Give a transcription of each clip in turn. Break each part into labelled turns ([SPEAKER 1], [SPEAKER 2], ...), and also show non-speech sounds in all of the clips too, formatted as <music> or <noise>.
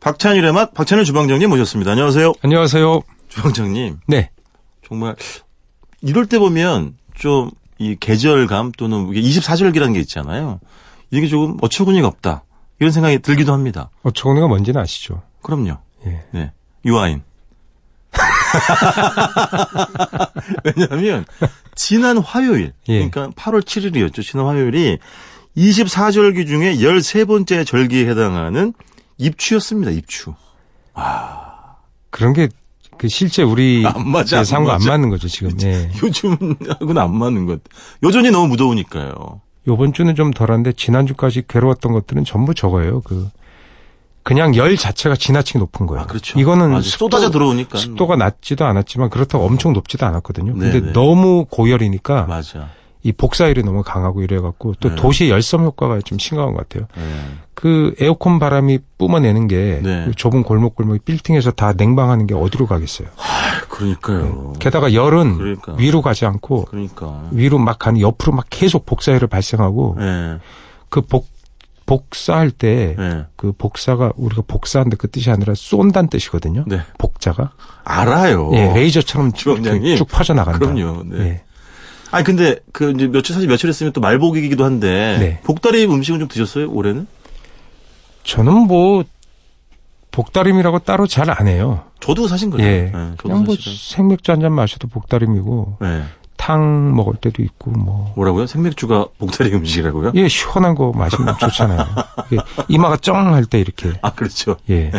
[SPEAKER 1] 박찬일의 맛, 박찬일 주방장님 모셨습니다. 안녕하세요.
[SPEAKER 2] 안녕하세요.
[SPEAKER 1] 주방장님,
[SPEAKER 2] 네.
[SPEAKER 1] 정말 이럴 때 보면 좀 이 계절감 또는 이게 24절기라는 게 있잖아요. 이게 조금 어처구니가 없다. 이런 생각이 들기도 합니다.
[SPEAKER 2] 어처구니가 뭔지는 아시죠?
[SPEAKER 1] 그럼요.
[SPEAKER 2] 예.
[SPEAKER 1] 네. 유아인. <laughs> 왜냐하면 지난 화요일,
[SPEAKER 2] 예.
[SPEAKER 1] 그러니까 8월 7일이었죠. 지난 화요일이 24절기 중에 13번째 절기에 해당하는 입추였습니다. 입추.
[SPEAKER 2] 그런 게 그 실제
[SPEAKER 1] <laughs>
[SPEAKER 2] 우리 네,
[SPEAKER 1] 안 맞아, 안
[SPEAKER 2] 예상과 안
[SPEAKER 1] 맞아.
[SPEAKER 2] 맞는 거죠, 지금. 예.
[SPEAKER 1] <laughs> 요즘하고는 안 맞는 것 같아. 여전히 너무 무더우니까요.
[SPEAKER 2] 요번 주는 좀 덜한데 지난주까지 괴로웠던 것들은 전부 저거예요. 그 그냥 열 자체가 지나치게 높은 거예요.
[SPEAKER 1] 아, 그렇죠.
[SPEAKER 2] 이거는
[SPEAKER 1] 아주 쏟아져 들어오니까.
[SPEAKER 2] 습도가 낮지도 않았지만 그렇다고 엄청 높지도 않았거든요.
[SPEAKER 1] 네,
[SPEAKER 2] 근데
[SPEAKER 1] 네.
[SPEAKER 2] 너무 고열이니까
[SPEAKER 1] 맞아.
[SPEAKER 2] 이 복사열이 너무 강하고 이래 갖고 또
[SPEAKER 1] 네.
[SPEAKER 2] 도시 열섬 효과가 좀 심각한 것 같아요.
[SPEAKER 1] 네.
[SPEAKER 2] 그 에어컨 바람이 뿜어내는 게
[SPEAKER 1] 네.
[SPEAKER 2] 그 좁은 골목골목 빌딩에서 다 냉방하는 게 어디로 가겠어요.
[SPEAKER 1] 아, 그러니까요.
[SPEAKER 2] 게다가 열은
[SPEAKER 1] 그러니까.
[SPEAKER 2] 위로 가지 않고
[SPEAKER 1] 그러니까.
[SPEAKER 2] 위로 막 가는 옆으로 막 계속 복사열을 발생하고
[SPEAKER 1] 예.
[SPEAKER 2] 그 복, 복사할 때 그
[SPEAKER 1] 예.
[SPEAKER 2] 복사가 우리가 복사한다 그 뜻이 아니라 쏜다는 뜻이거든요.
[SPEAKER 1] 네.
[SPEAKER 2] 복자가
[SPEAKER 1] 알아요.
[SPEAKER 2] 예, 레이저처럼 쭉,
[SPEAKER 1] 주원장님.
[SPEAKER 2] 이렇게 쭉 퍼져나간다.
[SPEAKER 1] 그럼요. 네.
[SPEAKER 2] 예.
[SPEAKER 1] 아니 근데 그 이제 며칠 사실 며칠 있으면 또 말복이기도 한데
[SPEAKER 2] 네.
[SPEAKER 1] 복다리 음식은 좀 드셨어요 올해는?
[SPEAKER 2] 저는 뭐 복다림이라고 따로 잘 안 해요.
[SPEAKER 1] 저도 사신 거예요.
[SPEAKER 2] 예.
[SPEAKER 1] 네, 저도
[SPEAKER 2] 그냥 뭐
[SPEAKER 1] 사실은.
[SPEAKER 2] 생맥주 한 잔 마셔도 복다림이고
[SPEAKER 1] 예.
[SPEAKER 2] 탕 먹을 때도 있고 뭐
[SPEAKER 1] 뭐라고요? 생맥주가 복다리 음식이라고요?
[SPEAKER 2] 예, 시원한 거 마시면
[SPEAKER 1] <laughs>
[SPEAKER 2] 좋잖아요. 예, 이마가 쩡 할 때 이렇게
[SPEAKER 1] 아 그렇죠.
[SPEAKER 2] 예,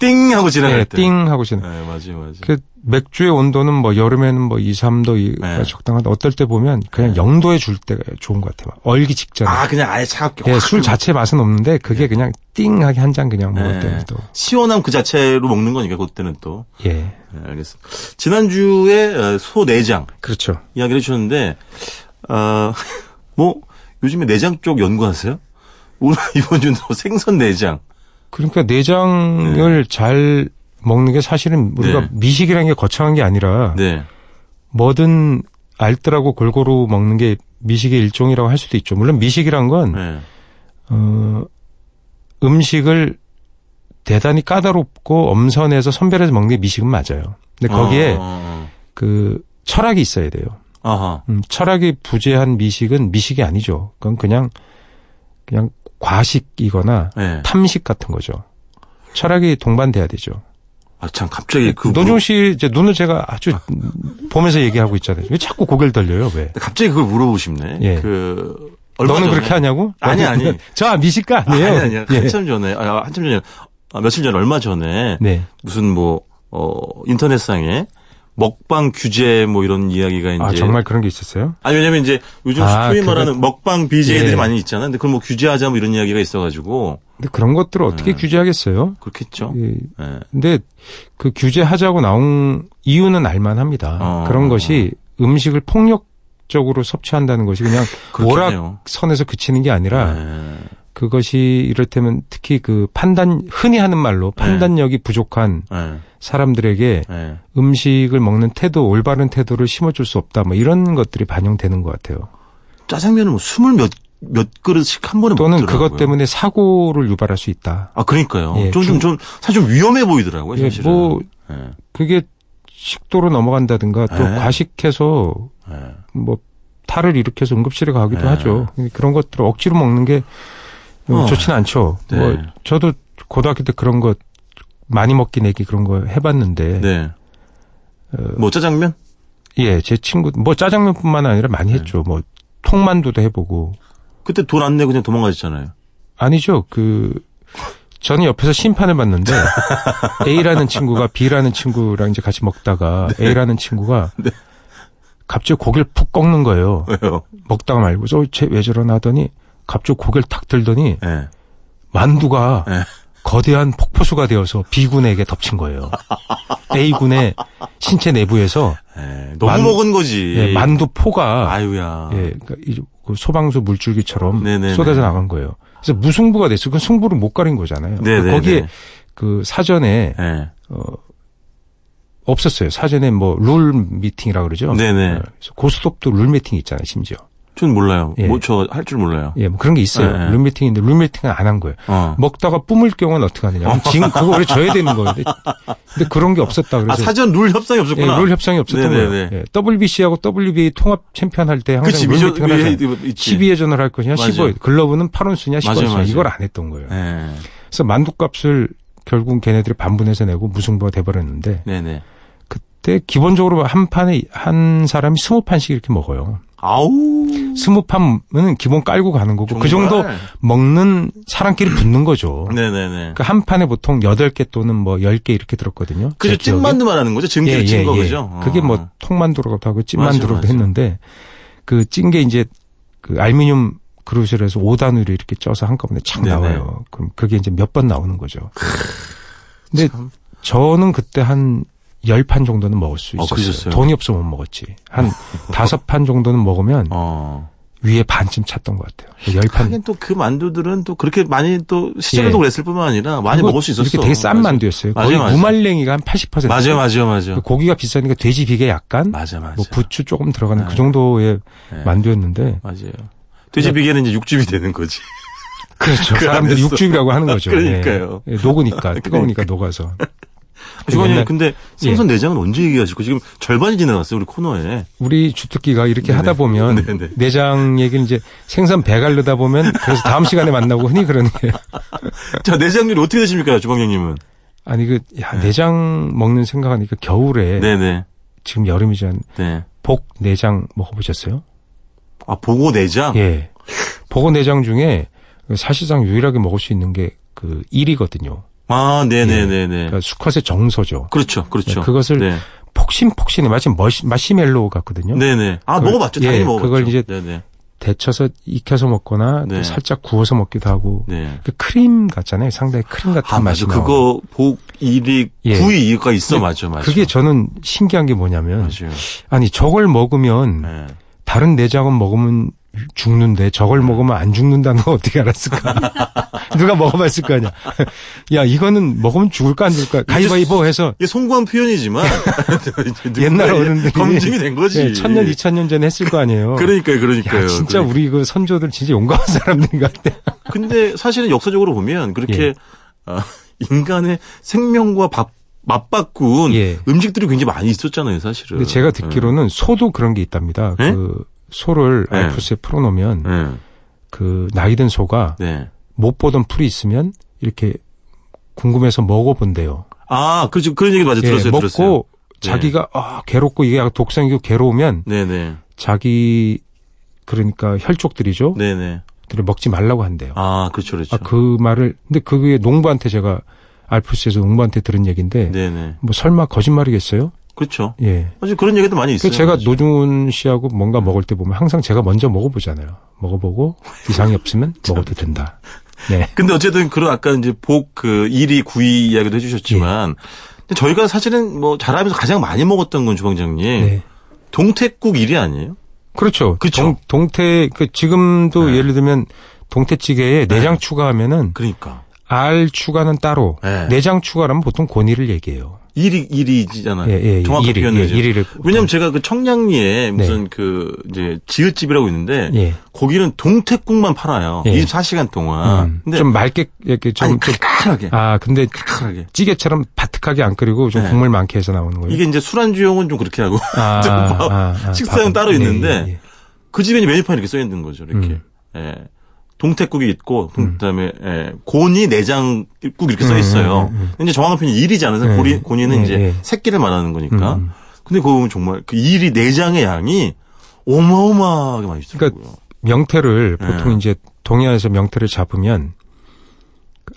[SPEAKER 1] 띵 하고 지나갈
[SPEAKER 2] 예,
[SPEAKER 1] 때.
[SPEAKER 2] 띵 하고 지나.
[SPEAKER 1] 예, 맞아요, 맞아요.
[SPEAKER 2] 그 맥주의 온도는 뭐 여름에는 뭐 2, 3도가
[SPEAKER 1] 네.
[SPEAKER 2] 적당하다. 어떨 때 보면 그냥 영도에줄 때가 좋은 것 같아요. 막 얼기 직전에.
[SPEAKER 1] 아 그냥 아예 차갑게.
[SPEAKER 2] 예,
[SPEAKER 1] 확
[SPEAKER 2] 술 자체 맛은 없는데 그게 그냥 띵하게 한 잔 그냥 먹을
[SPEAKER 1] 네.
[SPEAKER 2] 때는 또.
[SPEAKER 1] 시원함 그 자체로 먹는 거니까 그때는 또.
[SPEAKER 2] 예.
[SPEAKER 1] 예, 알겠습니다. 지난주에 어, 소 내장
[SPEAKER 2] 그렇죠.
[SPEAKER 1] 이야기를 해주셨는데 아, <laughs> 아뭐 요즘에 내장 쪽 연구하세요? 오늘 <laughs> 이번 주는 또 생선 내장.
[SPEAKER 2] 그러니까 내장을 잘 먹는 게 사실은 우리가
[SPEAKER 1] 네.
[SPEAKER 2] 미식이라는 게 거창한 게 아니라
[SPEAKER 1] 네.
[SPEAKER 2] 뭐든 알뜰하고 골고루 먹는 게 미식의 일종이라고 할 수도 있죠. 물론 미식이란 건
[SPEAKER 1] 네.
[SPEAKER 2] 어, 음식을 대단히 까다롭고 엄선해서 선별해서 먹는 게 미식은 맞아요. 근데 거기에
[SPEAKER 1] 어, 어,
[SPEAKER 2] 그 철학이 있어야 돼요.
[SPEAKER 1] 어. 아하.
[SPEAKER 2] 음, 철학이 부재한 미식은 미식이 아니죠. 그건 그냥 그냥 과식이거나
[SPEAKER 1] 예.
[SPEAKER 2] 탐식 같은 거죠. 철학이 동반돼야 되죠.
[SPEAKER 1] 아, 참, 갑자기 그.
[SPEAKER 2] 노종
[SPEAKER 1] 물-
[SPEAKER 2] 씨 이제 눈을 제가 아주 보면서 얘기하고 있잖아요. 왜 자꾸 고개를 떨려요? 왜?
[SPEAKER 1] 갑자기 그걸 물어보시네.
[SPEAKER 2] 예.
[SPEAKER 1] 그.
[SPEAKER 2] 너는 그렇게 하냐고?
[SPEAKER 1] 아니, 아니.
[SPEAKER 2] <laughs> 저 미식가
[SPEAKER 1] 아니,
[SPEAKER 2] 아니에요.
[SPEAKER 1] 아니, 아니.
[SPEAKER 2] 예.
[SPEAKER 1] 한참 전에, 아, 한참 전에, 아, 며칠 전에, 얼마 전에,
[SPEAKER 2] 네.
[SPEAKER 1] 무슨 뭐, 어, 인터넷상에 먹방 규제 뭐 이런 이야기가 이제.
[SPEAKER 2] 아 정말 그런 게 있었어요?
[SPEAKER 1] 아니, 왜냐면 이제 요즘
[SPEAKER 2] 아,
[SPEAKER 1] 소위
[SPEAKER 2] 그거-
[SPEAKER 1] 말하는 먹방 BJ들이
[SPEAKER 2] 예.
[SPEAKER 1] 많이 있잖아요. 근데 그걸 뭐 규제하자 뭐 이런 이야기가 있어가지고.
[SPEAKER 2] 근데 그런 것들을 어떻게
[SPEAKER 1] 네.
[SPEAKER 2] 규제하겠어요?
[SPEAKER 1] 그렇겠죠.
[SPEAKER 2] 예.
[SPEAKER 1] 예.
[SPEAKER 2] 근데 그 규제하자고 나온 이유는 알만합니다.
[SPEAKER 1] 어.
[SPEAKER 2] 그런 것이 음식을 폭력적으로 섭취한다는 것이 그냥
[SPEAKER 1] 그렇겠네요.
[SPEAKER 2] 선에서 그치는 게 아니라
[SPEAKER 1] 예.
[SPEAKER 2] 그것이 이를테면 특히 그 판단 흔히 하는 말로
[SPEAKER 1] 네.
[SPEAKER 2] 판단력이 부족한
[SPEAKER 1] 예.
[SPEAKER 2] 사람들에게
[SPEAKER 1] 예.
[SPEAKER 2] 음식을 먹는 태도 올바른 태도를 심어줄 수 없다 뭐 이런 것들이 반영되는 것 같아요.
[SPEAKER 1] 짜장면을 뭐 스물 몇, 몇 그릇씩 한 번에
[SPEAKER 2] 또는
[SPEAKER 1] 먹더라고요.
[SPEAKER 2] 그것 때문에 사고를 유발할 수 있다.
[SPEAKER 1] 아, 그러니까요.
[SPEAKER 2] 예,
[SPEAKER 1] 좀, 좀, 좀, 사실 좀 위험해 보이더라고요,
[SPEAKER 2] 예,
[SPEAKER 1] 사실은.
[SPEAKER 2] 뭐
[SPEAKER 1] 예,
[SPEAKER 2] 그게 식도로 넘어간다든가 또
[SPEAKER 1] 네.
[SPEAKER 2] 과식해서
[SPEAKER 1] 예.
[SPEAKER 2] 뭐 탈을 일으켜서 응급실에 가기도
[SPEAKER 1] 네.
[SPEAKER 2] 하죠. 그런 것들을 억지로 먹는 게 음,
[SPEAKER 1] 어.
[SPEAKER 2] 좋지는 않죠.
[SPEAKER 1] 네.
[SPEAKER 2] 뭐 저도 고등학교 때 그런 거 많이 먹기 내기 그런 거 해봤는데
[SPEAKER 1] 네. 뭐 짜장면?
[SPEAKER 2] 예 제 친구 뭐 짜장면뿐만 아니라 많이
[SPEAKER 1] 네.
[SPEAKER 2] 했죠. 뭐 통만두도 해보고
[SPEAKER 1] 그때 돈 안 내고 그냥 도망가셨잖아요. <laughs>
[SPEAKER 2] 아니죠 그 저는 옆에서 심판을 <laughs> 봤는데 A라는 친구가 B라는 친구랑 이제 같이 먹다가 A라는 <laughs> 친구가 갑자기 고개를 푹 꺾는 거예요.
[SPEAKER 1] 왜요?
[SPEAKER 2] 먹다가 말고 "어, 저쟤왜 저러나 하더니 갑자기 고개를 탁 들더니
[SPEAKER 1] 예.
[SPEAKER 2] 만두가
[SPEAKER 1] 예.
[SPEAKER 2] 거대한 폭포수가 되어서 B군에게 덮친 <laughs> 거예요. A군의 신체 내부에서
[SPEAKER 1] 예. 너무
[SPEAKER 2] 만-
[SPEAKER 1] 먹은 거지.
[SPEAKER 2] 예, 만두 포가
[SPEAKER 1] 아유야.
[SPEAKER 2] 예, 그러니까 이- 그 소방수 물줄기처럼
[SPEAKER 1] 네네네.
[SPEAKER 2] 쏟아져 나간 거예요. 그래서 무승부가 됐어요. 그 승부를 못 가린 거잖아요.
[SPEAKER 1] 네네네.
[SPEAKER 2] 거기에 그 사전에
[SPEAKER 1] 예.
[SPEAKER 2] 없었어요. 사전에 뭐 룰 미팅이라 그러죠.
[SPEAKER 1] 네네.
[SPEAKER 2] 예. 어, 그래서 고스톱도 룰 미팅 있잖아요. 심지어
[SPEAKER 1] 전 몰라요.
[SPEAKER 2] 예.
[SPEAKER 1] 뭐 저 할 줄 몰라요.
[SPEAKER 2] 예, 뭐 그런 게 있어요.
[SPEAKER 1] 예, 예.
[SPEAKER 2] 룸미팅인데 룸미팅은 안 한 거예요.
[SPEAKER 1] 어.
[SPEAKER 2] 먹다가 뿜을 경우는 어떻게 하느냐. 그럼 지금 그거 원래 져야 되는 거예요. 근데, 근데 그런 게 없었다
[SPEAKER 1] 아
[SPEAKER 2] 그래서
[SPEAKER 1] 사전 룰 협상이
[SPEAKER 2] 예,
[SPEAKER 1] 없었구나.
[SPEAKER 2] 룰 협상이 없었던
[SPEAKER 1] 네네네.
[SPEAKER 2] 거예요. 예, WBC하고 WBA 통합 챔피언 할 때
[SPEAKER 1] 그치 예,
[SPEAKER 2] 항상
[SPEAKER 1] 미저
[SPEAKER 2] 룸미팅을 하잖아요. 12회전을 할 것이냐,
[SPEAKER 1] 맞아요.
[SPEAKER 2] 15회. 글러브는 8온수냐,
[SPEAKER 1] 맞아요,
[SPEAKER 2] 10온수냐.
[SPEAKER 1] 맞아요.
[SPEAKER 2] 이걸 안 했던 거예요.
[SPEAKER 1] 네.
[SPEAKER 2] 그래서 만두값을 결국 걔네들이 반분해서 내고 무승부가 돼버렸는데
[SPEAKER 1] 네네.
[SPEAKER 2] 그때 기본적으로 한 판에 한 사람이 스무 판씩 이렇게 먹어요.
[SPEAKER 1] 아우.
[SPEAKER 2] 스무 판은 기본 깔고 가는 거고 그
[SPEAKER 1] 정말.
[SPEAKER 2] 정도 먹는 사람끼리 붙는 거죠.
[SPEAKER 1] 네네네.
[SPEAKER 2] 그 한 판에 보통 여덟 개 또는 뭐 열 개 이렇게 들었거든요.
[SPEAKER 1] 그죠
[SPEAKER 2] 제 기억에.
[SPEAKER 1] 찐만두 말하는 거죠.
[SPEAKER 2] 예,
[SPEAKER 1] 증기를
[SPEAKER 2] 예,
[SPEAKER 1] 찐거
[SPEAKER 2] 예.
[SPEAKER 1] 그죠. 어.
[SPEAKER 2] 그게 뭐 통만두로도 하고
[SPEAKER 1] 맞아요,
[SPEAKER 2] 찐만두로도
[SPEAKER 1] 맞아요.
[SPEAKER 2] 했는데 그 찐 게 이제 그 알미늄 그루실에서 5단으로 이렇게 쪄서 한꺼번에 착
[SPEAKER 1] 네네.
[SPEAKER 2] 나와요. 그럼 그게 이제 몇 번 나오는 거죠. 근데
[SPEAKER 1] 참.
[SPEAKER 2] 저는 그때 한 10판 정도는 먹을 수
[SPEAKER 1] 어,
[SPEAKER 2] 있었어요.
[SPEAKER 1] 그러셨어요?
[SPEAKER 2] 돈이 없어 못 먹었지.
[SPEAKER 1] <laughs>
[SPEAKER 2] 한 다섯 판 정도는 먹으면
[SPEAKER 1] 어.
[SPEAKER 2] 위에 반쯤 찼던 것 같아요. 10판.
[SPEAKER 1] 하긴 또 그 만두들은 또 그렇게 많이 또
[SPEAKER 2] 예.
[SPEAKER 1] 시절에도 그랬을 뿐만 아니라 많이 먹을 수 있었어.
[SPEAKER 2] 이렇게 되게 싼 만두였어요.
[SPEAKER 1] 맞아요,
[SPEAKER 2] 거의
[SPEAKER 1] 맞아요.
[SPEAKER 2] 무말랭이가 한 80%.
[SPEAKER 1] 맞아요, 맞아요, 맞아요.
[SPEAKER 2] 고기가 비싸니까 돼지 비계 약간
[SPEAKER 1] 맞아, 맞아.
[SPEAKER 2] 뭐 부추 조금 들어가는 그
[SPEAKER 1] 네.
[SPEAKER 2] 정도의
[SPEAKER 1] 네.
[SPEAKER 2] 만두였는데
[SPEAKER 1] 맞아요. 돼지 비계는 이제 육즙이 되는 거지.
[SPEAKER 2] 그렇죠.
[SPEAKER 1] 그
[SPEAKER 2] 사람들이
[SPEAKER 1] 안에서.
[SPEAKER 2] 육즙이라고 하는 거죠.
[SPEAKER 1] 아, 그러니까요. 아, 그러니까.
[SPEAKER 2] 예. 예, 녹으니까 뜨거우니까 녹아서.
[SPEAKER 1] 주관님
[SPEAKER 2] 옛날-
[SPEAKER 1] 근데 생선
[SPEAKER 2] 예.
[SPEAKER 1] 내장은 언제 얘기하시고 지금 절반이 지나갔어요 우리 코너에.
[SPEAKER 2] 우리 주특기가 이렇게
[SPEAKER 1] 네네.
[SPEAKER 2] 하다 보면
[SPEAKER 1] 네네.
[SPEAKER 2] 내장 얘기는 이제 생선 배갈르다 보면 그래서 다음 시간에 만나고 흔히 그러는 게 <laughs>
[SPEAKER 1] 자 내장률이 어떻게 되십니까 주방장님은?
[SPEAKER 2] 아니 그 야, 내장 먹는 생각하니까 겨울에
[SPEAKER 1] 네. 네네.
[SPEAKER 2] 지금 여름이지 않
[SPEAKER 1] 네.
[SPEAKER 2] 복 내장 먹어보셨어요?
[SPEAKER 1] 아 보고 내장.
[SPEAKER 2] 예. 보고 내장 중에 사실상 유일하게 먹을 수 있는 게 그 일이거든요.
[SPEAKER 1] 아 네네네네.
[SPEAKER 2] 그러니까 수컷의 정서죠.
[SPEAKER 1] 그렇죠, 그렇죠.
[SPEAKER 2] 네, 그것을
[SPEAKER 1] 네.
[SPEAKER 2] 폭신폭신해 마치 머시, 마시멜로우 같거든요.
[SPEAKER 1] 네네. 아
[SPEAKER 2] 그걸-
[SPEAKER 1] 먹어봤죠,
[SPEAKER 2] 예,
[SPEAKER 1] 당연히 먹어봤죠.
[SPEAKER 2] 그걸 이제-
[SPEAKER 1] 네네.
[SPEAKER 2] 데쳐서 익혀서 먹거나 또
[SPEAKER 1] 네.
[SPEAKER 2] 살짝 구워서 먹기도 하고
[SPEAKER 1] 네.
[SPEAKER 2] 그 크림 같잖아요. 상당히 크림 같은
[SPEAKER 1] 아
[SPEAKER 2] 맛이
[SPEAKER 1] 맞아,
[SPEAKER 2] 나요.
[SPEAKER 1] 그거 복 일이
[SPEAKER 2] 예.
[SPEAKER 1] 구이가 있어,
[SPEAKER 2] 근데
[SPEAKER 1] 맞죠, 맞죠.
[SPEAKER 2] 그게 저는 신기한 게 뭐냐면
[SPEAKER 1] 맞아요.
[SPEAKER 2] 아니 저걸 먹으면
[SPEAKER 1] 네.
[SPEAKER 2] 다른 내장은 먹으면 죽는데 저걸 먹으면 안 죽는다는 거 어떻게
[SPEAKER 1] <laughs>
[SPEAKER 2] 알았을까? 누가 먹어봤을 거 아니야. 야 이거는 먹으면 죽을까 안 죽을까? 가위바위보 해서
[SPEAKER 1] 이게 송구한
[SPEAKER 2] <laughs>
[SPEAKER 1] 표현이지만 <laughs> 이제 누군가의
[SPEAKER 2] 옛날 어른들이
[SPEAKER 1] 검증이 된 거지.
[SPEAKER 2] 예, 천년 이천 년 전에 했을 거 아니에요.
[SPEAKER 1] 그러니까요, 그러니까요.
[SPEAKER 2] 야 진짜
[SPEAKER 1] 그러니까.
[SPEAKER 2] 우리 그 선조들 진짜 용감한 사람들인 것 같아.
[SPEAKER 1] 근데 사실은 역사적으로 보면 그렇게
[SPEAKER 2] 예.
[SPEAKER 1] 아, <laughs> 인간의 생명과 밥, 맞바꾼
[SPEAKER 2] 예.
[SPEAKER 1] 음식들이 굉장히 많이 있었잖아요, 사실은.
[SPEAKER 2] 근데 제가
[SPEAKER 1] 음.
[SPEAKER 2] 듣기로는 소도 그런 게 있답니다.
[SPEAKER 1] 예?
[SPEAKER 2] 그 소를
[SPEAKER 1] 예.
[SPEAKER 2] 알프스에 풀어놓으면
[SPEAKER 1] 예. 예.
[SPEAKER 2] 그 나이든 소가
[SPEAKER 1] 네.
[SPEAKER 2] 못 보던 풀이 있으면 이렇게 궁금해서 먹어본대요.
[SPEAKER 1] 아, 그렇죠. 그런 얘기 맞아 요
[SPEAKER 2] 예,
[SPEAKER 1] 들었어요,
[SPEAKER 2] 먹고
[SPEAKER 1] 들었어요. 네.
[SPEAKER 2] 자기가 아 괴롭고 이게 약간 독성이고 괴로우면
[SPEAKER 1] 네네.
[SPEAKER 2] 자기 그러니까 혈족들이죠.
[SPEAKER 1] 네네.
[SPEAKER 2] 들이 먹지 말라고 한대요. 아,
[SPEAKER 1] 아, 그렇죠, 그렇죠.
[SPEAKER 2] 그 말을 근데 그게 농부한테 제가 알프스에서 농부한테 들은 얘기인데
[SPEAKER 1] 네네.
[SPEAKER 2] 뭐 설마 거짓말이겠어요?
[SPEAKER 1] 그렇죠.
[SPEAKER 2] 예.
[SPEAKER 1] 사실 그런 얘기도 많이
[SPEAKER 2] 그
[SPEAKER 1] 있어요.
[SPEAKER 2] 제가
[SPEAKER 1] 사실.
[SPEAKER 2] 노준 씨하고 뭔가 먹을 때 보면 항상 제가 먼저 먹어보잖아요. 먹어보고
[SPEAKER 1] <laughs>
[SPEAKER 2] 이상이 없으면 먹어도 된다. 네.
[SPEAKER 1] 근데 어쨌든 그런 아까 이제 복 그 일이 구이 이야기도 해주셨지만
[SPEAKER 2] 예.
[SPEAKER 1] 근데 저희가 사실은 뭐 자라면서 가장 많이 먹었던 건 주방장님
[SPEAKER 2] 네.
[SPEAKER 1] 동태국 일이 아니에요?
[SPEAKER 2] 그렇죠.
[SPEAKER 1] 음. 그쵸.
[SPEAKER 2] 동, 태그 지금도
[SPEAKER 1] 네.
[SPEAKER 2] 예를 들면 동태찌개에 내장 추가하면은
[SPEAKER 1] 그러니까
[SPEAKER 2] 알 추가는 따로
[SPEAKER 1] 네.
[SPEAKER 2] 내장 추가라면 보통 권위를 얘기해요.
[SPEAKER 1] 일이 일이잖아요.
[SPEAKER 2] 예, 예,
[SPEAKER 1] 정확한
[SPEAKER 2] 일위,
[SPEAKER 1] 표현을
[SPEAKER 2] 예,
[SPEAKER 1] 해줘요.
[SPEAKER 2] 일위를
[SPEAKER 1] 왜냐면 제가 그 청량리에 무슨 그 이제 지읒집이라고 있는데
[SPEAKER 2] 예.
[SPEAKER 1] 거기는 동태국만 팔아요.
[SPEAKER 2] 예.
[SPEAKER 1] 24시간 동안.
[SPEAKER 2] 음,
[SPEAKER 1] 아, 근데
[SPEAKER 2] 좀 맑게 이렇게 좀,
[SPEAKER 1] 아니, 그
[SPEAKER 2] 좀-
[SPEAKER 1] 칼칼하게
[SPEAKER 2] 아 근데
[SPEAKER 1] 칼칼하게.
[SPEAKER 2] 찌개처럼 바삭하게 안 끓이고 좀
[SPEAKER 1] 네.
[SPEAKER 2] 국물 많게 해서 나오는 거예요.
[SPEAKER 1] 이게 이제 술안주용은 좀 그렇게 하고
[SPEAKER 2] 아,
[SPEAKER 1] <laughs> 좀 밥- 식사는
[SPEAKER 2] 밥은-
[SPEAKER 1] 따로
[SPEAKER 2] 예,
[SPEAKER 1] 있는데
[SPEAKER 2] 예, 예.
[SPEAKER 1] 그 집에 이제 메뉴판 이렇게 써 있는 거죠. 이렇게.
[SPEAKER 2] 음.
[SPEAKER 1] 예. 동태국이 있고 그다음에 예, 곤이 내장국 이렇게 써 있어요.
[SPEAKER 2] 음, 음,
[SPEAKER 1] 근데 이제 정확한 표현이 일이지 않아서
[SPEAKER 2] 음,
[SPEAKER 1] 고리, 곤이는
[SPEAKER 2] 음,
[SPEAKER 1] 이제
[SPEAKER 2] 예.
[SPEAKER 1] 새끼를 말하는 거니까.
[SPEAKER 2] 음.
[SPEAKER 1] 근데 그거 보면 정말 그 일이 내장의 양이 어마어마하게 많이 있더라고요.
[SPEAKER 2] 그러니까 명태를
[SPEAKER 1] 네.
[SPEAKER 2] 보통 이제 동해안에서 명태를 잡으면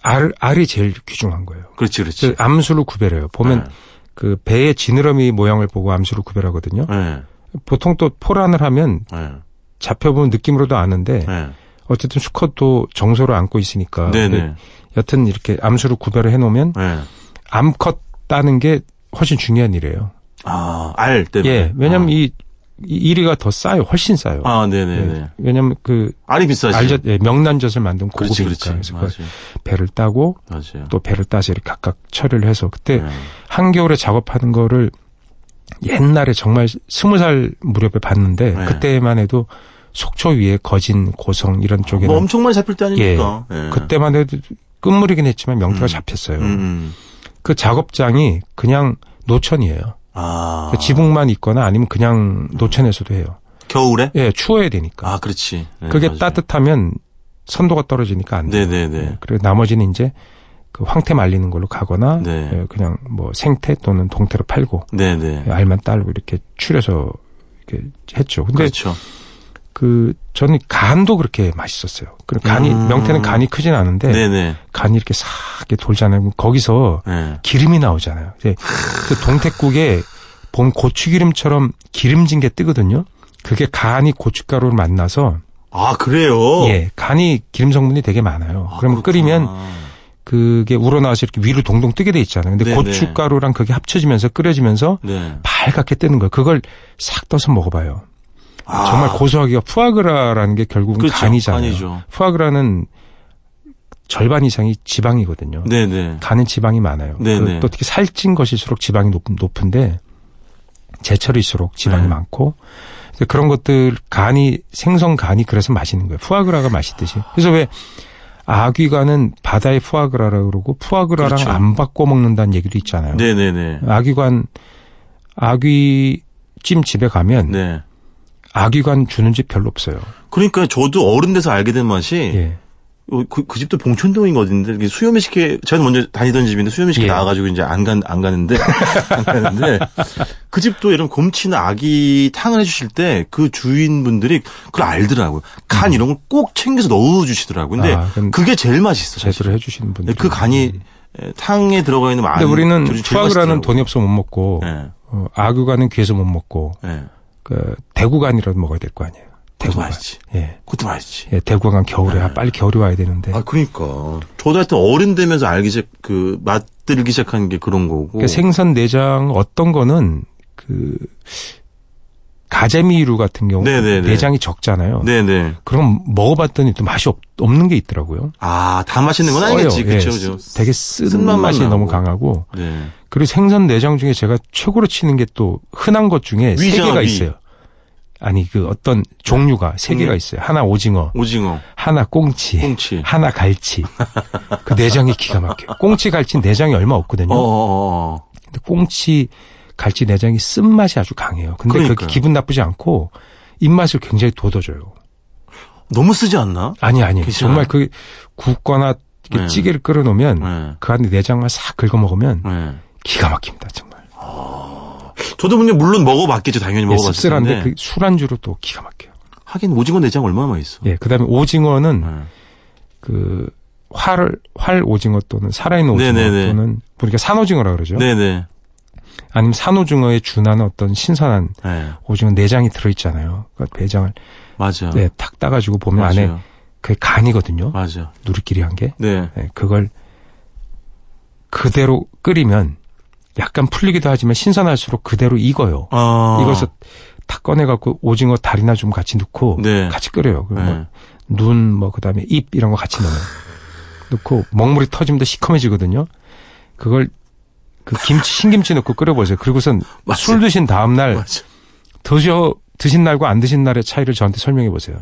[SPEAKER 2] 알 알이 제일 귀중한 거예요.
[SPEAKER 1] 그렇지,
[SPEAKER 2] 그래서
[SPEAKER 1] 그렇지.
[SPEAKER 2] 암수로 구별해요. 보면
[SPEAKER 1] 예.
[SPEAKER 2] 그 배의 지느러미 모양을 보고 암수로 구별하거든요.
[SPEAKER 1] 예, 예,
[SPEAKER 2] 보통 또 포란을 하면
[SPEAKER 1] 예,
[SPEAKER 2] 잡혀보면 느낌으로도 아는데
[SPEAKER 1] 예.
[SPEAKER 2] 어쨌든 수컷도 정서를 안고 있으니까.
[SPEAKER 1] 네네.
[SPEAKER 2] 근데 여튼 이렇게 암수로 구별을 해놓으면
[SPEAKER 1] 예.
[SPEAKER 2] 암컷 따는 게 훨씬 중요한 일이에요.
[SPEAKER 1] 아, 알 때문에.
[SPEAKER 2] 예. 왜냐면
[SPEAKER 1] 아.
[SPEAKER 2] 이, 이 1위가 더 싸요. 훨씬 싸요.
[SPEAKER 1] 아, 네네네.
[SPEAKER 2] 예, 왜냐면 그
[SPEAKER 1] 알이 비싸지.
[SPEAKER 2] 알젓 예, 명란젓을 만든
[SPEAKER 1] 그렇지,
[SPEAKER 2] 고급이니까
[SPEAKER 1] 그렇지.
[SPEAKER 2] 그래서
[SPEAKER 1] 맞아요.
[SPEAKER 2] 그걸 배를 따고
[SPEAKER 1] 맞아요.
[SPEAKER 2] 또 배를 따서 이렇게 각각 처리를 해서 그때
[SPEAKER 1] 예.
[SPEAKER 2] 한겨울에 작업하는 거를 옛날에 정말 스무 살 무렵에 봤는데
[SPEAKER 1] 네.
[SPEAKER 2] 그때만 해도 속초 위에 거진 고성 이런 쪽에는
[SPEAKER 1] 뭐 엄청 많이 잡힐 때 아닙니까? 예.
[SPEAKER 2] 그때만 해도 끝물이긴 했지만 명태가
[SPEAKER 1] 음.
[SPEAKER 2] 잡혔어요.
[SPEAKER 1] 음.
[SPEAKER 2] 그 작업장이 그냥 노천이에요.
[SPEAKER 1] 아.
[SPEAKER 2] 그러니까 지붕만 있거나 아니면 그냥 노천에서도 해요.
[SPEAKER 1] 겨울에?
[SPEAKER 2] 예, 추워야 되니까.
[SPEAKER 1] 아, 그렇지. 네,
[SPEAKER 2] 그게
[SPEAKER 1] 맞아요.
[SPEAKER 2] 따뜻하면 선도가 떨어지니까 안 돼요.
[SPEAKER 1] 네네네.
[SPEAKER 2] 그리고 나머지는 이제 그 황태 말리는 걸로 가거나
[SPEAKER 1] 네.
[SPEAKER 2] 예, 그냥 뭐 생태 또는 동태로 팔고
[SPEAKER 1] 네네.
[SPEAKER 2] 예, 알만 따르고 이렇게 추려서 이렇게 했죠. 근데
[SPEAKER 1] 그렇죠.
[SPEAKER 2] 그 저는 간도 그렇게 맛있었어요. 그 간이
[SPEAKER 1] 음.
[SPEAKER 2] 명태는 간이 크진 않은데
[SPEAKER 1] 네네.
[SPEAKER 2] 간이 이렇게 싹 이렇게 돌잖아요. 그럼 거기서
[SPEAKER 1] 예.
[SPEAKER 2] 기름이 나오잖아요. 이제 그 동태국에 봄 고추기름처럼 기름진 게 뜨거든요. 그게 간이 고춧가루를 만나서
[SPEAKER 1] 아, 그래요?
[SPEAKER 2] 예 간이 기름 성분이 되게 많아요.
[SPEAKER 1] 아, 그렇구나.
[SPEAKER 2] 그러면 끓이면 그게 우러나와서 이렇게 위로 동동 뜨게 돼 있잖아요. 근데
[SPEAKER 1] 네네.
[SPEAKER 2] 고춧가루랑 그게 합쳐지면서 끓여지면서
[SPEAKER 1] 네.
[SPEAKER 2] 빨갛게 뜨는 거예요. 그걸 싹 떠서 먹어봐요.
[SPEAKER 1] 아,
[SPEAKER 2] 정말 고소하기가 푸아그라라는 게 결국은
[SPEAKER 1] 그렇죠.
[SPEAKER 2] 간이잖아요.
[SPEAKER 1] 간이죠.
[SPEAKER 2] 푸아그라는 절반 이상이 지방이거든요.
[SPEAKER 1] 네네.
[SPEAKER 2] 간은 지방이 많아요.
[SPEAKER 1] 네네.
[SPEAKER 2] 그, 또 특히 살찐 것일수록 지방이 높, 은데 제철일수록 지방이
[SPEAKER 1] 네.
[SPEAKER 2] 많고 이제 그런 것들 간이 생선 간이 그래서 맛있는 거예요. 푸아그라가 맛있듯이. 그래서 왜 아귀간은 바다의 푸아그라라 그러고 푸아그라랑
[SPEAKER 1] 그렇죠.
[SPEAKER 2] 안 바꿔 먹는다는 얘기도 있잖아요.
[SPEAKER 1] 네네네.
[SPEAKER 2] 음. 아귀간 아귀찜 집에 가면
[SPEAKER 1] 네.
[SPEAKER 2] 아귀간 주는 집 별로 없어요.
[SPEAKER 1] 그러니까 저도 어른 돼서 알게 된 맛이
[SPEAKER 2] 예.
[SPEAKER 1] 어, 그, 그 집도 봉천동인 어딘데 이게 수요미식회 제가 먼저 다니던 집인데 수요미식회
[SPEAKER 2] 예.
[SPEAKER 1] 나와가지고 이제 안 간 안 가는데 <laughs> 안 가는데 그 집도 이런 곰치나 아기 탕을 해주실 때 그 주인분들이 그걸 알더라고요 간 이런 걸 꼭 챙겨서 넣어주시더라고요 근데
[SPEAKER 2] 음. 아, 그건
[SPEAKER 1] 그게 제일 맛있어 사실
[SPEAKER 2] 제대로 해주시는 분들.
[SPEAKER 1] 그 간이 에, 탕에 들어가 있는 만
[SPEAKER 2] 음. 근데 우리는 푸아그라는 돈이 없어 못 먹고
[SPEAKER 1] 예,
[SPEAKER 2] 어, 아귀간은 귀해서 못 먹고
[SPEAKER 1] 예.
[SPEAKER 2] 그 대구간이라도 먹어야 될 거 아니에요.
[SPEAKER 1] 그것도
[SPEAKER 2] 대구간.
[SPEAKER 1] 맛있지
[SPEAKER 2] 예.
[SPEAKER 1] 그것도 맛있지
[SPEAKER 2] 예, 대구간 겨울에 아, 빨리 겨울이 와야 되는데.
[SPEAKER 1] 아 그러니까 저도 하여튼 어른 되면서 알기 시작 그 맛들기 시작한 게 그런 거고
[SPEAKER 2] 그 생선 내장 어떤 거는 그 가재미류 같은 경우
[SPEAKER 1] 네네네.
[SPEAKER 2] 내장이 적잖아요.
[SPEAKER 1] 네네
[SPEAKER 2] 그럼 먹어봤더니 또 맛이 없, 없는 게 있더라고요.
[SPEAKER 1] 아, 다 맛있는 건
[SPEAKER 2] 써요.
[SPEAKER 1] 아니겠지.
[SPEAKER 2] 예,
[SPEAKER 1] 그쵸,
[SPEAKER 2] 쓰-
[SPEAKER 1] 그죠.
[SPEAKER 2] 되게 쓴
[SPEAKER 1] 쓴맛만
[SPEAKER 2] 맛이
[SPEAKER 1] 나고.
[SPEAKER 2] 너무 강하고
[SPEAKER 1] 네.
[SPEAKER 2] 그리고 생선 내장 중에 제가 최고로 치는 게 또 흔한 것 중에 세
[SPEAKER 1] 위잖아,
[SPEAKER 2] 개가
[SPEAKER 1] 위.
[SPEAKER 2] 있어요. 아니 그 어떤 종류가 세 개가
[SPEAKER 1] 음.
[SPEAKER 2] 있어요. 하나 오징어,
[SPEAKER 1] 오징어,
[SPEAKER 2] 하나 꽁치,
[SPEAKER 1] 꽁치.
[SPEAKER 2] 하나 갈치. 그 내장이 기가 막혀요. 꽁치 갈치 내장이 얼마 없거든요.
[SPEAKER 1] 어, 어어어.
[SPEAKER 2] 근데 꽁치 갈치 내장이 쓴맛이 아주 강해요. 근데 그렇게
[SPEAKER 1] 그러니까요.
[SPEAKER 2] 기분 나쁘지 않고 입맛을 굉장히 돋워줘요.
[SPEAKER 1] 너무 쓰지 않나?
[SPEAKER 2] 아니 아니.
[SPEAKER 1] 괜찮아요?
[SPEAKER 2] 정말 그 굽거나 이렇게
[SPEAKER 1] 네.
[SPEAKER 2] 찌개를 끓여 놓으면
[SPEAKER 1] 네.
[SPEAKER 2] 그 안에 내장만 싹 긁어 먹으면
[SPEAKER 1] 네.
[SPEAKER 2] 기가 막힙니다. 정말.
[SPEAKER 1] 저도 근데 물론 먹어봤겠죠. 당연히
[SPEAKER 2] 예,
[SPEAKER 1] 먹어봤을
[SPEAKER 2] 씁쓸한데
[SPEAKER 1] 텐데.
[SPEAKER 2] 그 술안주로 또 기가 막혀요.
[SPEAKER 1] 하긴 오징어 내장 얼마나 맛있어.
[SPEAKER 2] 예, 그다음에 오징어는
[SPEAKER 1] 네.
[SPEAKER 2] 그 활, 활 오징어 또는 살아있는 오징어
[SPEAKER 1] 네네네.
[SPEAKER 2] 또는 보니까 산오징어라 그러죠.
[SPEAKER 1] 예. 네네.
[SPEAKER 2] 아니면 산오징어에 준하는 어떤 신선한
[SPEAKER 1] 네.
[SPEAKER 2] 오징어 내장이 들어있잖아요. 그러니까 내장을
[SPEAKER 1] 맞아.
[SPEAKER 2] 네, 탁 따가지고 보면
[SPEAKER 1] 맞아요.
[SPEAKER 2] 안에 그게 간이거든요.
[SPEAKER 1] 맞아.
[SPEAKER 2] 누리끼리 한 게.
[SPEAKER 1] 네.
[SPEAKER 2] 네, 그걸 그대로 끓이면 약간 풀리기도 하지만 신선할수록 그대로 익어요.
[SPEAKER 1] 아.
[SPEAKER 2] 익어서 탁 꺼내갖고 오징어 다리나 좀 같이 넣고
[SPEAKER 1] 네.
[SPEAKER 2] 같이 끓여요. 그리고 뭐
[SPEAKER 1] 네.
[SPEAKER 2] 눈, 뭐, 그 다음에 입, 이런 거 같이 넣어요. 넣고, 먹물이 터지면 더 시커매지거든요. 그걸, 그 김치, 신김치 넣고 끓여보세요. 그리고선
[SPEAKER 1] 맞아요.
[SPEAKER 2] 술 드신 다음날,
[SPEAKER 1] 맞아.
[SPEAKER 2] 드셔, 드신 날과 안 드신 날의 차이를 저한테 설명해보세요.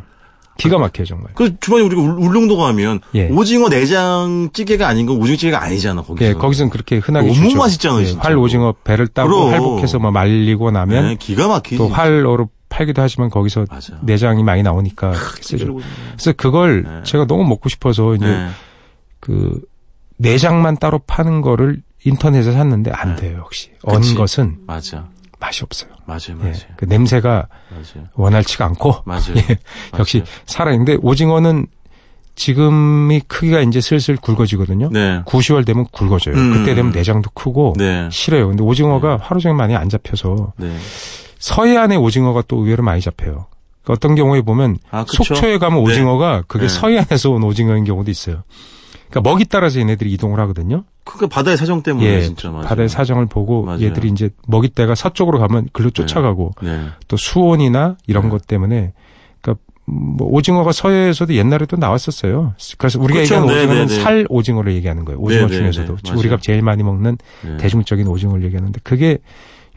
[SPEAKER 2] 기가 막혀요, 정말.
[SPEAKER 1] 그 주말에 우리가 울- 울릉도 가면
[SPEAKER 2] 예.
[SPEAKER 1] 오징어 내장 찌개가 아닌 건 오징어 찌개가 아니잖아 거기서.
[SPEAKER 2] 예, 거기선 그렇게 흔하게
[SPEAKER 1] 너무
[SPEAKER 2] 주죠.
[SPEAKER 1] 맛있잖아요,
[SPEAKER 2] 예,
[SPEAKER 1] 진짜.
[SPEAKER 2] 활 오징어 배를 따고
[SPEAKER 1] 그럼.
[SPEAKER 2] 활복해서 막 말리고 나면
[SPEAKER 1] 네, 기가 막히지.
[SPEAKER 2] 또 활로 팔기도 하지만 거기서
[SPEAKER 1] 맞아.
[SPEAKER 2] 내장이 많이 나오니까 그렇게 쓰죠.
[SPEAKER 1] 이러고 있네.
[SPEAKER 2] 그래서 그걸
[SPEAKER 1] 네.
[SPEAKER 2] 제가 너무 먹고 싶어서 이제
[SPEAKER 1] 네.
[SPEAKER 2] 그 내장만 따로 파는 거를 인터넷에 샀는데 안 돼요 역시 언
[SPEAKER 1] 네. 그치.
[SPEAKER 2] 것은
[SPEAKER 1] 맞아.
[SPEAKER 2] 맛이 없어요.
[SPEAKER 1] 맞아요.
[SPEAKER 2] 예,
[SPEAKER 1] 맞아요.
[SPEAKER 2] 그 냄새가
[SPEAKER 1] 맞아요.
[SPEAKER 2] 원활치가 않고
[SPEAKER 1] 맞아요.
[SPEAKER 2] 예, 역시 살아있는데 오징어는 지금이 크기가 이제 슬슬 굵어지거든요.
[SPEAKER 1] 네.
[SPEAKER 2] 9시월 되면 굵어져요.
[SPEAKER 1] 음.
[SPEAKER 2] 그때 되면 내장도 크고
[SPEAKER 1] 네.
[SPEAKER 2] 싫어요. 근데 오징어가 하루 종일 많이 안 잡혀서
[SPEAKER 1] 네.
[SPEAKER 2] 서해안의 오징어가 또 의외로 많이 잡혀요. 그 어떤 경우에 보면
[SPEAKER 1] 아, 그쵸.
[SPEAKER 2] 속초에 가면
[SPEAKER 1] 네.
[SPEAKER 2] 오징어가 그게
[SPEAKER 1] 네.
[SPEAKER 2] 서해안에서 온 오징어인 경우도 있어요. 그러니까 먹이 따라서 얘네들이 이동을 하거든요.
[SPEAKER 1] 그러니까 바다의 사정 때문에
[SPEAKER 2] 예,
[SPEAKER 1] 진짜 맞아요.
[SPEAKER 2] 바다의 사정을 보고
[SPEAKER 1] 맞아요.
[SPEAKER 2] 얘들이 이제 먹이 때가 서쪽으로 가면 글로 쫓아가고
[SPEAKER 1] 네.
[SPEAKER 2] 또 수온이나 이런
[SPEAKER 1] 네.
[SPEAKER 2] 것 때문에 그러니까 뭐 오징어가 서해에서도 옛날에도 나왔었어요. 그래서 우리가
[SPEAKER 1] 그쵸.
[SPEAKER 2] 얘기하는
[SPEAKER 1] 네,
[SPEAKER 2] 오징어는
[SPEAKER 1] 네, 네.
[SPEAKER 2] 살 오징어를 얘기하는 거예요. 오징어
[SPEAKER 1] 네, 네,
[SPEAKER 2] 중에서도
[SPEAKER 1] 네.
[SPEAKER 2] 우리가
[SPEAKER 1] 맞아요.
[SPEAKER 2] 제일 많이 먹는
[SPEAKER 1] 네.
[SPEAKER 2] 대중적인 오징어를 얘기하는데 그게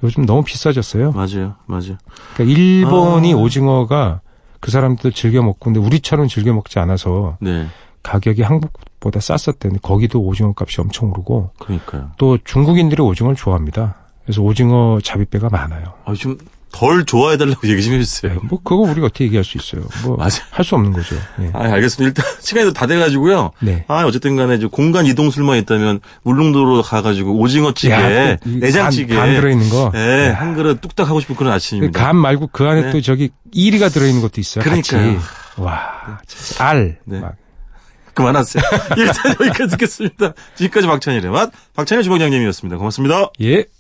[SPEAKER 2] 요즘 너무 비싸졌어요.
[SPEAKER 1] 맞아요. 맞아요.
[SPEAKER 2] 그러니까 일본이
[SPEAKER 1] 아.
[SPEAKER 2] 오징어가 그 사람들 즐겨 먹고 근데 우리처럼 즐겨 먹지 않아서
[SPEAKER 1] 네.
[SPEAKER 2] 가격이 한국보다 쌌었대는데 거기도 오징어 값이 엄청 오르고
[SPEAKER 1] 그러니까요.
[SPEAKER 2] 또 중국인들이 오징어를 좋아합니다. 그래서 오징어 잡이배가 많아요.
[SPEAKER 1] 아, 좀 덜 좋아해달라고 <laughs> 얘기 좀
[SPEAKER 2] 네,
[SPEAKER 1] 해주세요.
[SPEAKER 2] 뭐 그거 우리가 어떻게 얘기할 수 있어요? 뭐 할
[SPEAKER 1] 맞아요.
[SPEAKER 2] 수 없는 거죠. 예.
[SPEAKER 1] 아, 알겠습니다. 일단 <laughs> 시간이 다 돼가지고요.
[SPEAKER 2] 네.
[SPEAKER 1] 아, 어쨌든 간에 이제 공간 이동술만 있다면 울릉도로 가가지고 오징어찌개,
[SPEAKER 2] 야, 그 이-
[SPEAKER 1] 내장찌개.
[SPEAKER 2] 간, 간 들어있는 거. 네.
[SPEAKER 1] 예, 한 그릇 뚝딱 하고 싶은 그런
[SPEAKER 2] 그
[SPEAKER 1] 아침입니다.
[SPEAKER 2] 간 말고 그 안에
[SPEAKER 1] 네.
[SPEAKER 2] 또 저기 이리가 들어있는 것도 있어요. 같이.
[SPEAKER 1] 그러니까요.
[SPEAKER 2] 와, 진짜 알.
[SPEAKER 1] 네.
[SPEAKER 2] 막.
[SPEAKER 1] <laughs> 그만하세요. 일단 여기까지 듣겠습니다. 지금까지 박찬일의 맛, 박찬일 주방장님이었습니다. 고맙습니다.
[SPEAKER 2] 예.